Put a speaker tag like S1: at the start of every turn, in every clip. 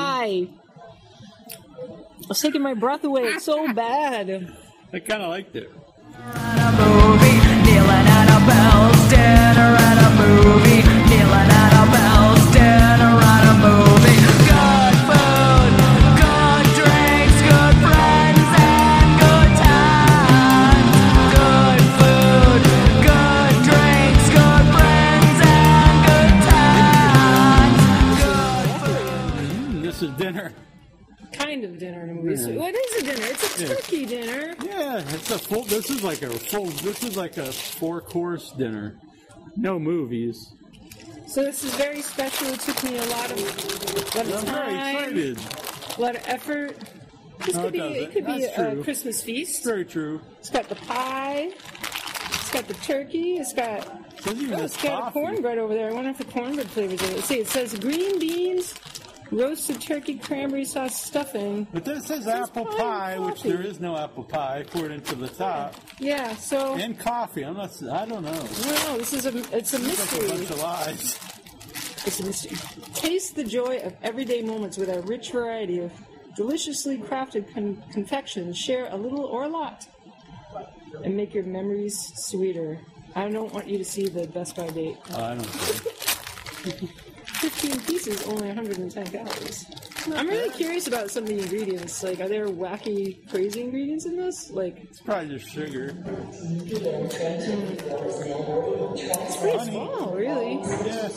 S1: high. I was taking my breath away. It's so bad.
S2: I kind of liked it. Mm, this is dinner.
S1: Kind of dinner and a movie. So What is a dinner? It's a
S2: Yeah.
S1: turkey dinner.
S2: Yeah, it's a full. This is like a full. This is like a four course dinner. No movies.
S1: So this is very special. It took me a lot of, lot of
S2: I'm very
S1: time,
S2: excited.
S1: a lot of effort. This
S2: No,
S1: could
S2: it
S1: be
S2: doesn't.
S1: it could be
S2: That's
S1: a,
S2: true.
S1: Christmas feast.
S2: Very true.
S1: It's got the pie. It's got the turkey. It's got
S2: Doesn't even
S1: oh,
S2: have
S1: it's got a
S2: coffee.
S1: cornbread over there. I wonder if the cornbread flavors of it. See, it says green beans, roasted turkey, cranberry sauce stuffing.
S2: But this says
S1: says
S2: apple
S1: pie and
S2: pie, which
S1: coffee.
S2: there is no apple pie. Poured into the top
S1: Yeah. So
S2: and coffee. I'm not. I don't know.
S1: I don't know. This is a it's a
S2: It's like a
S1: mystery.
S2: bunch of lies.
S1: It's a mystery. Taste the joy of everyday moments with our rich variety of deliciously crafted con- confections. Share a little or a lot and make your memories sweeter. I don't want you to see the Best Buy date. Uh,
S2: Oh, I don't. Think.
S1: 15 pieces, only 110 calories. I'm really curious about some of the ingredients. Like, are there wacky, crazy ingredients in this? Like,
S2: It's probably just sugar.
S1: it's pretty
S2: Honey.
S1: small, really.
S2: Yeah.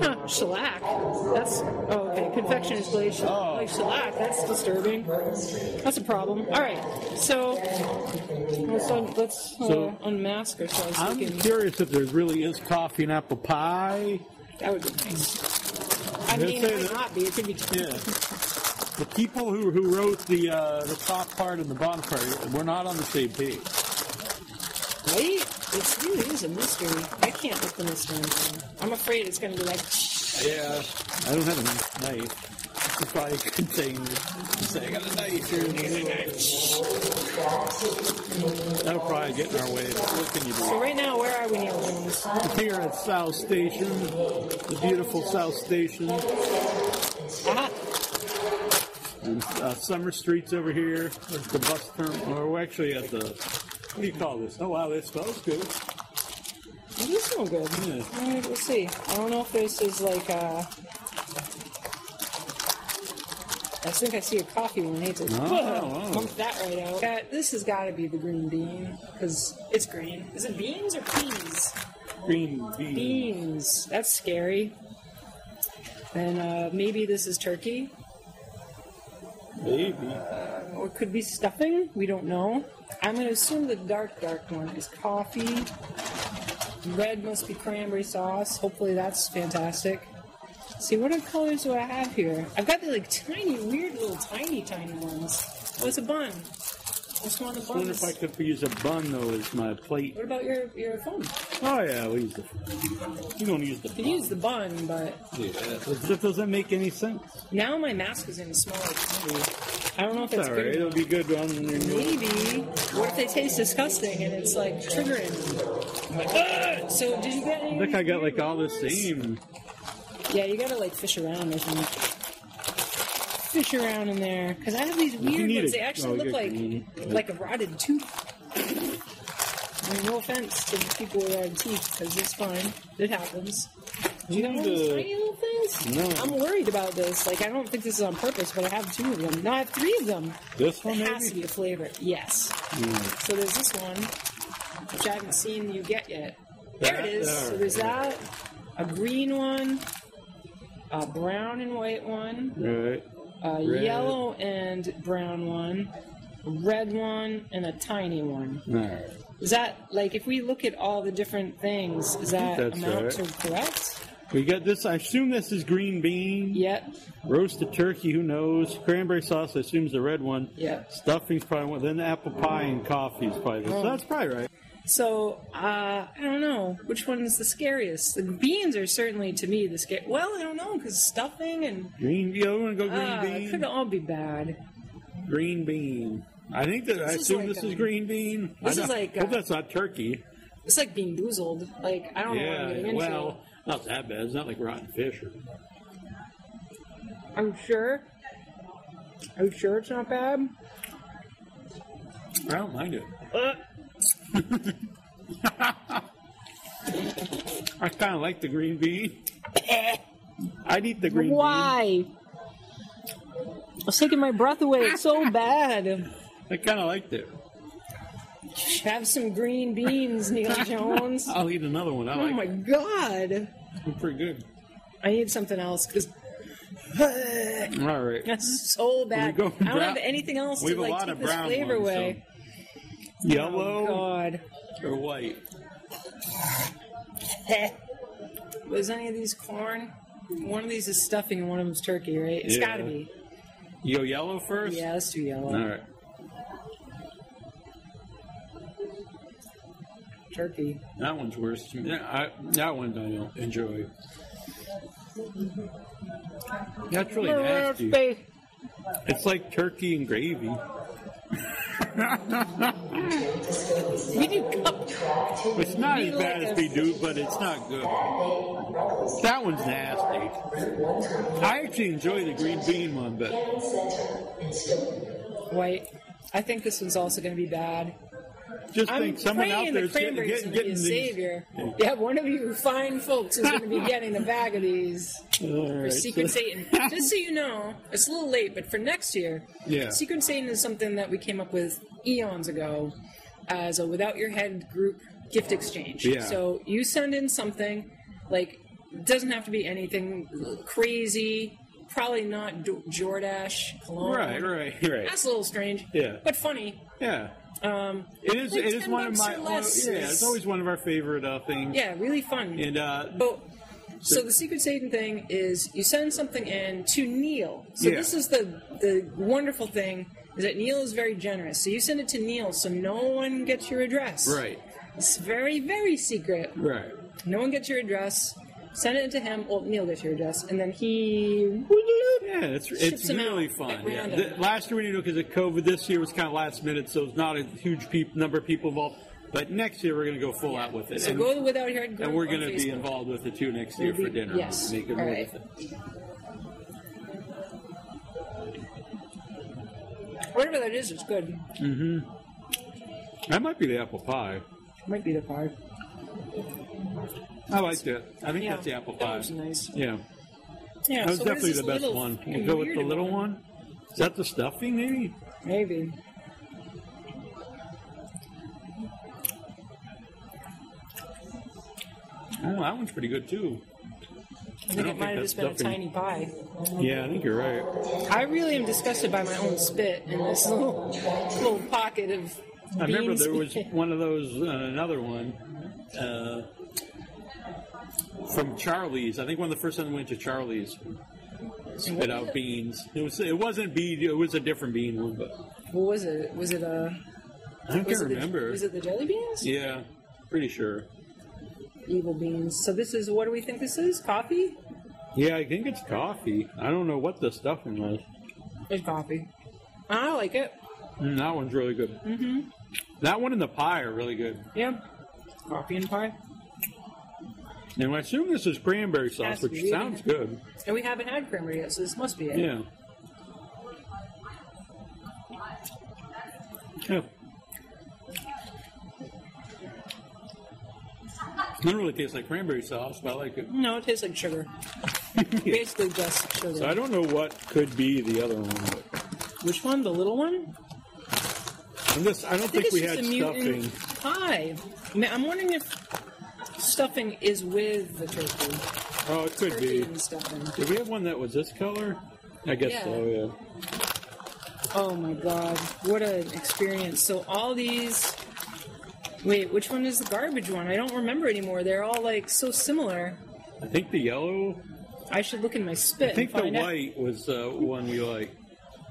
S1: Huh, shellac. That's oh, okay. Confectioner's glaze, shell-
S2: Oh.
S1: like shellac. That's disturbing. That's a problem. All right, so let's un- let's uh,
S2: So-
S1: unmask ourselves.
S2: I'm
S1: We can-
S2: curious if there really is coffee and apple pie.
S1: that would be nice. I
S2: They
S1: mean,
S2: say
S1: it might
S2: that-
S1: not be. It could be.
S2: Yeah. The people who, who wrote the uh, the top part and the bottom part were not on the same page.
S1: Wait, it really is a mystery. I can't open this one. I'm afraid it's going to be like.
S2: Yeah. I don't have a knife. It's probably a good thing. to Say, I got a knife here. That'll probably get in our way. but What can you do?
S1: So right now, where are we, Neil Jones?
S2: Here at South Station, the beautiful South Station,
S1: Ah,
S2: uh, Summer Street's over here. There's the bus terminal. Or we're actually at the. What do you call this? Oh wow, that smells good.
S1: it does smell good.
S2: Yeah.
S1: All right, we'll see. I don't know if this is like uh I think I see a coffee one. Hey, it's like,
S2: Oh,
S1: whoa,
S2: oh.
S1: Pump that right out. Yeah, this has got to be the green bean because it's green. Is it beans or peas?
S2: Green bean.
S1: Beans. That's scary. And uh, maybe this is turkey,
S2: Maybe.
S1: or it could be stuffing. We don't know. I'm going to assume the dark, dark one is coffee. Red must be cranberry sauce. Hopefully that's fantastic. See, what other colors do I have here? I've got the like tiny, weird little tiny, tiny ones. Oh, it's a bun. It's one of the
S2: I wonder if
S1: buns.
S2: I could use a bun though as my plate.
S1: What about your your phone?
S2: Oh yeah, we use the. We don't use the.
S1: You can use the bun, but
S2: Yeah, that doesn't make any sense.
S1: now my mask is in a smaller quantity. I don't know if
S2: It's
S1: that's
S2: all
S1: good.
S2: right.
S1: or
S2: It'll be good on your meal.
S1: maybe what if they taste disgusting and it's like triggering I'm like, "Ugh!" so did you get any
S2: I think I got like all the
S1: ones?
S2: same.
S1: yeah you gotta like fish around or something fish around in there because i have these weird
S2: need
S1: ones
S2: a-
S1: they
S2: oh,
S1: actually
S2: you
S1: look
S2: got
S1: like
S2: green.
S1: like a rotted tooth I mean, no offense to the people with rotted teeth because it's fine it happens do you
S2: We
S1: have one
S2: need
S1: of those
S2: to-
S1: tiny little things?
S2: No.
S1: I'm worried about this. Like, I don't think this is on purpose, but I have two of them. No, I have three of them.
S2: This
S1: It
S2: one
S1: has to be
S2: maybe. Hmm.
S1: a flavor, yes. So there's this one, which I haven't seen you get yet. There
S2: That-
S1: it is.
S2: there.
S1: So there's that, a green one, a brown and white one,
S2: All right.
S1: a
S2: Red.
S1: yellow and brown one, a red one, and a tiny one.
S2: All right.
S1: Is that, like, if we look at all the different things, is that
S2: that's
S1: amount
S2: right.
S1: to correct?
S2: We got this. I assume this is green bean.
S1: Yep.
S2: Roasted turkey. Who knows? Cranberry sauce. I assume is the red one.
S1: Yeah. Oh.
S2: Stuffing's probably one. Then apple pie and coffee is probably. This. So that's probably right.
S1: So uh, I don't know which one is the scariest. The beans are certainly to me the scary. Well, I don't know because stuffing and
S2: Green. Yeah, we're gonna go green
S1: uh,
S2: bean.
S1: it could all be bad.
S2: Green bean. I think that I
S1: This is
S2: assume
S1: like,
S2: this is
S1: um,
S2: green bean. I
S1: this is
S2: don't-
S1: like,
S2: hope
S1: uh,
S2: that's not turkey.
S1: It's like being boozled. Like I don't know what I'm
S2: Yeah.
S1: getting
S2: Well, not that bad. It's not like rotten fish. Or,
S1: Are you sure? Are you sure it's not bad?
S2: I don't mind it. Uh. I kind of like the green bean. I'd eat the green
S1: Why? I was taking my breath away. It's so bad.
S2: bean. I kind of liked it.
S1: Have some green beans, Neil Jones.
S2: I'll eat another one. I
S1: Oh
S2: like
S1: my
S2: it.
S1: god.
S2: It's pretty good.
S1: I need something else because
S2: All right.
S1: that's so bad.
S2: go
S1: I don't
S2: brown-
S1: have anything else to
S2: We have a
S1: like
S2: lot
S1: take
S2: of
S1: this
S2: brown
S1: flavor
S2: ones.
S1: away.
S2: So
S1: Oh
S2: yellow
S1: god.
S2: or white?
S1: Was any of these corn? One of these is stuffing and one of them's turkey, right? It's
S2: Yeah.
S1: gotta be.
S2: You go yellow first?
S1: Yeah, let's do yellow.
S2: All right.
S1: Turkey.
S2: That one's worse. to me. Yeah, I, that one I don't enjoy. That's really nasty. It's like turkey and gravy.
S1: We do cup
S2: It's not
S1: Be
S2: as bad
S1: like
S2: as
S1: a-
S2: we do, but it's not good. That one's nasty. I actually enjoy the green bean one, but
S1: white. I think this one's also gonna be bad.
S2: just
S1: I'm
S2: think someone
S1: praying
S2: out there
S1: the
S2: is getting,
S1: cranberries
S2: getting,
S1: will be
S2: getting
S1: a
S2: these-
S1: savior. Yeah, one of you fine folks is going to be getting a bag of these
S2: All
S1: for
S2: right,
S1: Secret
S2: so-
S1: Satan. Just so you know, it's a little late, but for next year,
S2: Yeah.
S1: Secret Satan is something that we came up with eons ago as a without your head group gift exchange.
S2: Yeah.
S1: So you send in something like doesn't have to be anything crazy. Probably not Do- Jordash cologne.
S2: Right, right, right.
S1: That's a little strange.
S2: Yeah.
S1: But funny.
S2: Yeah.
S1: Um,
S2: It is,
S1: Like
S2: it is
S1: 10
S2: one of
S1: bucks
S2: my,
S1: or
S2: one of-
S1: less
S2: yeah,
S1: is-
S2: it's always one of our favorite uh, things.
S1: yeah, really fun.
S2: And uh,
S1: But so the secret Satan thing is you send something in to Neil. So
S2: Yeah.
S1: this is the the wonderful thing is that Neil is very generous. So you send it to Neil, so no one gets your address.
S2: right,
S1: It's very very secret.
S2: right.
S1: No one gets your address. Send it to him. Well, Neil gets your address, and then he.
S2: Yeah, it's
S1: Ships
S2: it's
S1: them
S2: really
S1: out
S2: fun.
S1: at
S2: Yeah.
S1: random.
S2: Th- last year we didn't do because of COVID. This year was kind of last minute, so it's not a huge peop- number of people involved. But next year we're going to go full out with it,
S1: So
S2: and,
S1: go without your head.
S2: and we're
S1: going to
S2: be involved with it too next year
S1: We'll
S2: for
S1: be-
S2: dinner.
S1: yes.
S2: Make a
S1: All
S2: roll
S1: right.
S2: with it.
S1: Whatever that is, it's good.
S2: That might be the apple pie.
S1: Might be the part.
S2: I like that. I think
S1: Yeah.
S2: that's the apple
S1: That
S2: pie.
S1: was nice. Yeah,
S2: Yeah, that was
S1: so what is
S2: definitely
S1: this
S2: the best
S1: little
S2: one. We'll go with the
S1: weird
S2: little one. Is that the stuffing? Maybe.
S1: Maybe.
S2: Oh, that one's pretty good too.
S1: I think
S2: don't
S1: it might
S2: think
S1: have
S2: that's
S1: just been a tiny
S2: stuffing.
S1: pie. Oh,
S2: Yeah, I think you're right.
S1: I really am disgusted by my own spit in this little little pocket of.
S2: I remember
S1: bean
S2: there was
S1: spit.
S2: one of those, uh, another one uh, from Charlie's. I think one of the first time we went to Charlie's spit out beans. It was it wasn't bean. It was a different bean one, but
S1: What was it? Was it a?
S2: I can't
S1: Was it the-
S2: remember.
S1: was it the jelly beans?
S2: yeah, pretty sure.
S1: Evil beans. So this is what do we think this is? Coffee?
S2: Yeah, I think it's coffee. I don't know what the stuffing was.
S1: It's coffee. I like it.
S2: Mm, that one's really good. Mm-hmm. That one and the pie are really good.
S1: Yeah. Coffee and pie.
S2: And I assume this is cranberry sauce,
S1: That's
S2: which
S1: really
S2: sounds good.
S1: And we haven't had cranberry yet, so this must be it.
S2: Yeah. Yeah. Doesn't really taste like cranberry sauce, but I like it.
S1: No, it tastes like sugar. Basically just sugar.
S2: So I don't know what could be the other one. But
S1: Which one? The little one?
S2: I'm just, I don't
S1: I think
S2: think,
S1: it's
S2: we
S1: just
S2: had
S1: a mutant
S2: stuffing.
S1: pie. I mean, I'm wondering if stuffing is with the turkey.
S2: Oh, it could
S1: Turkey
S2: be.
S1: and stuffing.
S2: Did we have one that was this color? I guess
S1: Yeah.
S2: so. Yeah.
S1: Oh my god, what an experience. So all these Wait, which one is the garbage one? I don't remember anymore. They're all like so similar.
S2: I think the yellow.
S1: I should look in my spit
S2: I think
S1: and
S2: the
S1: find out.
S2: white was uh, one we like.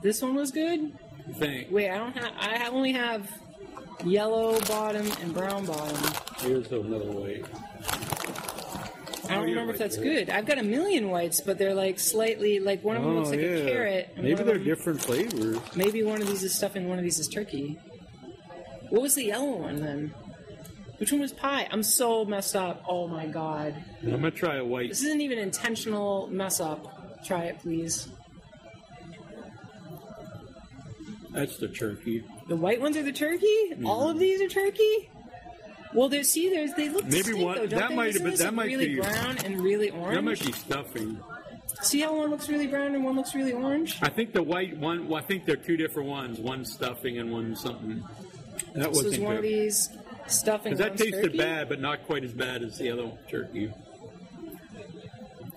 S1: This one was good?
S2: I think.
S1: Wait, I don't have I ha- only have yellow bottom and brown bottom.
S2: Here's another white.
S1: I
S2: Oh,
S1: don't
S2: you're
S1: remember if
S2: right
S1: that's
S2: there.
S1: good. I've got a million whites, but they're like slightly like one of them looks like a carrot. and
S2: Oh, Maybe
S1: one of
S2: they're
S1: them-
S2: different flavors.
S1: Maybe one of these is stuffing, one of these is turkey. What was the yellow one then? Which one was pie? I'm so messed up. Oh my god.
S2: I'm gonna try a white.
S1: This isn't even intentional mess up. Try it, please.
S2: That's the turkey.
S1: The white ones are the turkey.
S2: Mm-hmm.
S1: All of these are turkey. Well, they see, there's they look
S2: Maybe
S1: distinct,
S2: one-
S1: though, don't
S2: that
S1: they?
S2: might-
S1: Isn't
S2: but
S1: this,
S2: that
S1: like,
S2: might
S1: really
S2: be-
S1: brown and really orange.
S2: That might be stuffing.
S1: See how one looks really brown and one looks really orange.
S2: I think the white one. Well, I think they're two different ones. One stuffing and one something. That
S1: So
S2: wasn't
S1: is one of
S2: good.
S1: these stuffing.
S2: Because that
S1: one's
S2: tasted
S1: turkey?
S2: bad, but not quite as bad as the other turkey.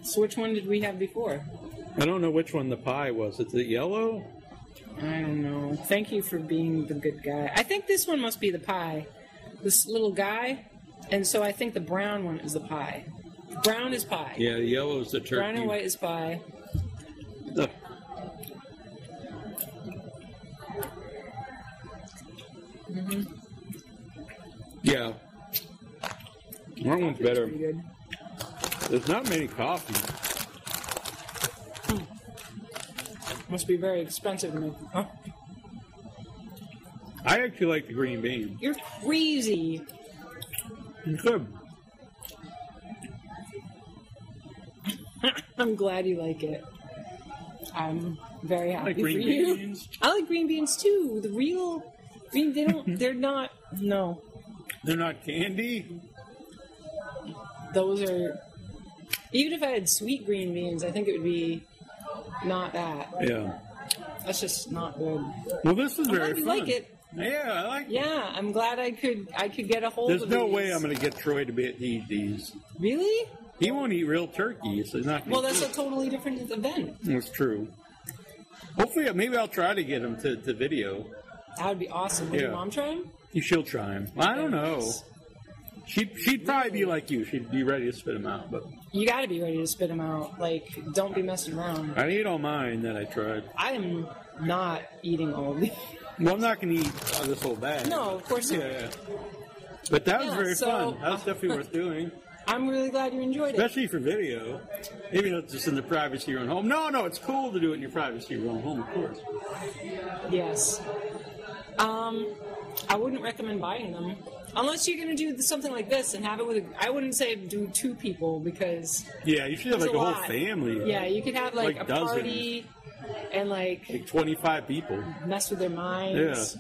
S1: So which one did we have before?
S2: I don't know which one the pie was. Is it yellow?
S1: I don't know. Thank you for being the good guy. I think this one must be the pie. This little guy. And so I think the brown one is the pie. Brown is pie.
S2: Yeah, yellow is the turkey.
S1: brown and white is pie.
S2: Ugh. Yeah. That one's better.
S1: Pretty good.
S2: There's not many coffee.
S1: Must be very expensive to make. Oh,
S2: I actually like the green bean.
S1: you're crazy.
S2: It's good.
S1: I'm glad you like it. I'm very happy
S2: like green
S1: for you.
S2: beans.
S1: I like green beans too. The real green they don't they're not no.
S2: They're not candy.
S1: those are even if I had sweet green beans, I think it would be not that.
S2: Yeah.
S1: That's just not good.
S2: Well, this is very
S1: glad you
S2: fun.
S1: like it.
S2: Yeah, I like it.
S1: Yeah, I'm glad I could I could get a hold
S2: There's
S1: of
S2: no
S1: these.
S2: way I'm going to get Troy to be to eat these.
S1: Really?
S2: He won't eat real turkey, so he's not. gonna
S1: Well, that's
S2: eat
S1: a totally different event.
S2: it. That's true. Hopefully, maybe I'll try to get him to, to video.
S1: That would be awesome. Would
S2: Yeah.
S1: your mom try 'em?
S2: She'll try him. I don't know. She'd, she'd probably be like you. She'd be ready to spit him out, but
S1: You got to be ready to spit them out. Like, don't be messing around.
S2: I ate all mine that I tried.
S1: I am not eating all of these.
S2: Well, I'm not going to eat all this whole bag.
S1: No, of course not.
S2: Yeah. But that was
S1: Yeah,
S2: very
S1: so-
S2: fun. That was definitely worth doing,
S1: I'm really glad you enjoyed it.
S2: especially for video. Maybe not just in the privacy of your own home. No, no, it's cool to do it in your privacy of your own home, of course.
S1: Yes. Um, I wouldn't recommend buying them unless you're going to do something like this and have it with. A, I wouldn't say do two people because
S2: Yeah, you should have
S1: it's
S2: like a, whole
S1: lot.
S2: family.
S1: Yeah, you could have like,
S2: Like
S1: a
S2: dozens.
S1: party and like
S2: Like 25 people.
S1: mess with their
S2: Yeah.
S1: minds.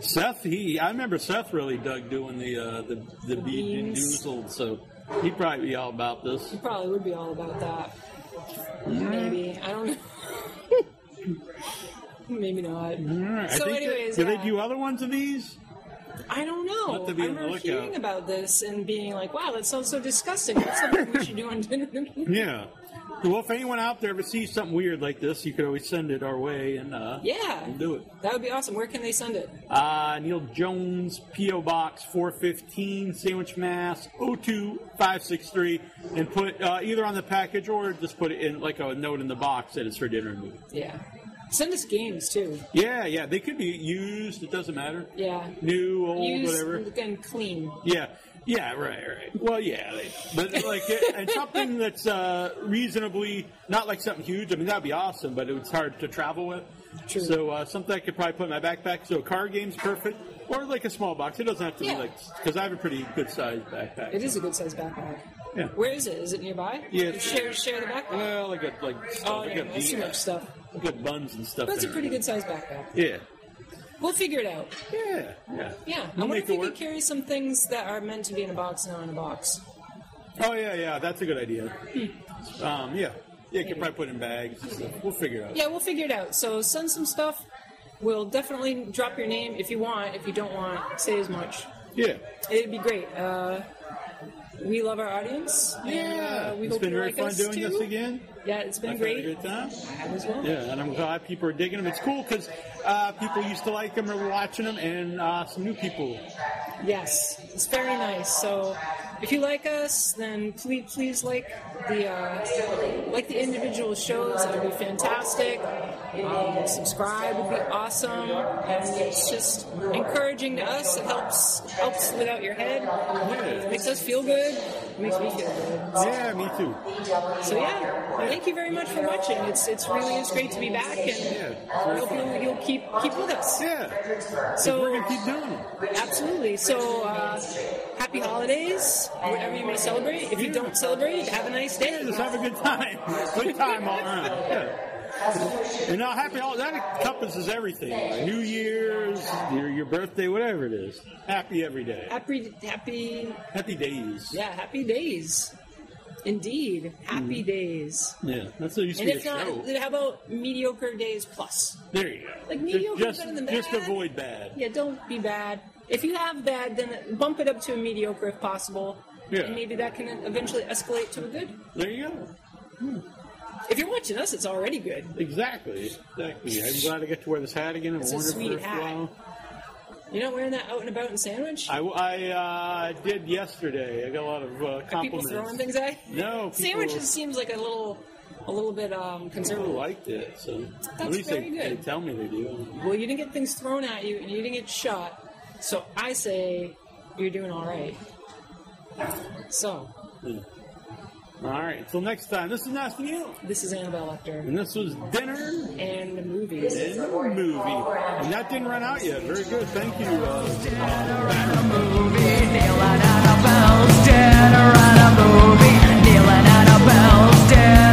S2: Seth, he, I remember Seth really dug doing the, uh, the, the, the bead and
S1: beans.
S2: doozled, so he'd probably be all about this.
S1: You probably would be all about that. Maybe I don't know. Maybe not.
S2: Alright,
S1: So
S2: I think
S1: anyways,
S2: that, do
S1: yeah.
S2: they do other ones of these?
S1: I don't know.
S2: We'll have
S1: I
S2: to be on the
S1: remember
S2: lookout.
S1: hearing about this and being like, "Wow, that sounds so disgusting." That's something we should do on dinner.
S2: Yeah. Well, if anyone out there ever sees something weird like this, you could always send it our way and uh,
S1: yeah,
S2: we'll do it.
S1: that would be awesome. Where can they send it?
S2: Uh, Neil Jones, P.O. Box 415, Sandwich, oh Mass 02563, and put uh, either on the package or just put it in like a note in the box that it's for dinner and movie.
S1: Yeah. Send us games too.
S2: Yeah, yeah, they could be used. It doesn't matter.
S1: Yeah.
S2: New, old,
S1: Use
S2: whatever.
S1: and clean.
S2: Yeah, yeah, right, right. Well, yeah, they, but like, it, and something that's uh, reasonably not like something huge. I mean, that'd be awesome, but it's hard to travel with.
S1: True.
S2: So uh, something I could probably put in my backpack. So a car game's perfect, or like a small box. It doesn't have to
S1: Yeah.
S2: be like because I have a pretty good sized backpack.
S1: It is a good sized backpack.
S2: Yeah.
S1: Where is it? Is it nearby?
S2: Yeah.
S1: Share share the backpack.
S2: Well, I got like stuff.
S1: oh
S2: I
S1: yeah,
S2: got
S1: that's too
S2: beer.
S1: much stuff.
S2: I got buns and stuff.
S1: That's a
S2: in
S1: pretty
S2: there.
S1: good sized backpack.
S2: Yeah.
S1: We'll figure it out.
S2: Yeah. Yeah.
S1: Yeah. I
S2: We'll
S1: wonder
S2: make
S1: if
S2: it
S1: you
S2: work.
S1: could carry some things that are meant to be in a box now in a box.
S2: Oh yeah, yeah. That's a good idea.
S1: Hmm.
S2: Um, yeah. Yeah, you could probably put it in bags. and stuff. We'll figure it out.
S1: Yeah, we'll figure it out. So send some stuff. We'll definitely drop your name if you want. If you don't want, say as much.
S2: yeah.
S1: It'd be great. Uh, we love our audience. and,
S2: Yeah,
S1: uh, we
S2: it's
S1: hope
S2: been
S1: you
S2: very
S1: like
S2: fun
S1: us
S2: doing
S1: too.
S2: this again.
S1: Yeah, it's been
S2: I've
S1: great.
S2: had a good time.
S1: I have as well.
S2: Yeah, and I'm glad people are digging them. It's cool because uh, people used to like them or were watching them, and uh, some new people.
S1: Yes, it's very nice. So, if you like us, then please please like the uh, like the individual shows. That would be fantastic. Um, subscribe would be awesome, and it's just encouraging to us. It helps helps without your head.
S2: Yeah,
S1: Makes us feel good. Makes me feel good.
S2: yeah me too.
S1: So yeah, thank you very much for watching. It's it's really is great to be back, and I
S2: Yeah,
S1: hope you you'll keep keep with us.
S2: yeah.
S1: So
S2: We're gonna keep doing them.
S1: Absolutely. So, uh, happy holidays, whatever you may celebrate. If you don't celebrate, have a nice day.
S2: Just have a good time. Good time all around. Yeah. And now, happy hol That encompasses everything: New Year's, your, your birthday, whatever it is. Happy every day.
S1: Happy, happy,
S2: Happy days.
S1: yeah, happy days. Indeed, happy days.
S2: Yeah, that's what used to
S1: And
S2: be a
S1: if not,
S2: show.
S1: then how about mediocre days plus?
S2: There you go.
S1: Like
S2: Ju-
S1: mediocre
S2: just,
S1: better than
S2: just
S1: bad.
S2: avoid bad.
S1: Yeah, don't be bad. If you have bad, then bump it up to a mediocre if possible.
S2: Yeah.
S1: And maybe that can eventually escalate to a good.
S2: There you go.
S1: If you're watching us, it's already good.
S2: Exactly. Exactly. I'm glad I get to wear this hat again. I've
S1: It's a
S2: worn it
S1: sweet
S2: for a
S1: hat.
S2: while.
S1: You're not wearing that out and about in Sandwich?
S2: I, I uh, did yesterday. I got a lot of uh,
S1: Are people
S2: compliments.
S1: throwing things at you?
S2: No, people-
S1: Sandwiches seems like a little, a little bit um,
S2: People
S1: conservative.
S2: liked it, so at
S1: That's
S2: least they,
S1: very good.
S2: they tell me they do.
S1: Well, you didn't get things thrown at you, and you didn't get shot. So I say you're doing all right. So
S2: Yeah. All right. Until next time. This is Nasty Neil,
S1: this is Annabelle Lecter
S2: and this was dinner.
S1: and the movies.
S2: in the movie. And that didn't run out yet. Very good. Thank you. Uh,
S3: Dead around a movie, kneeling at a bell's dead.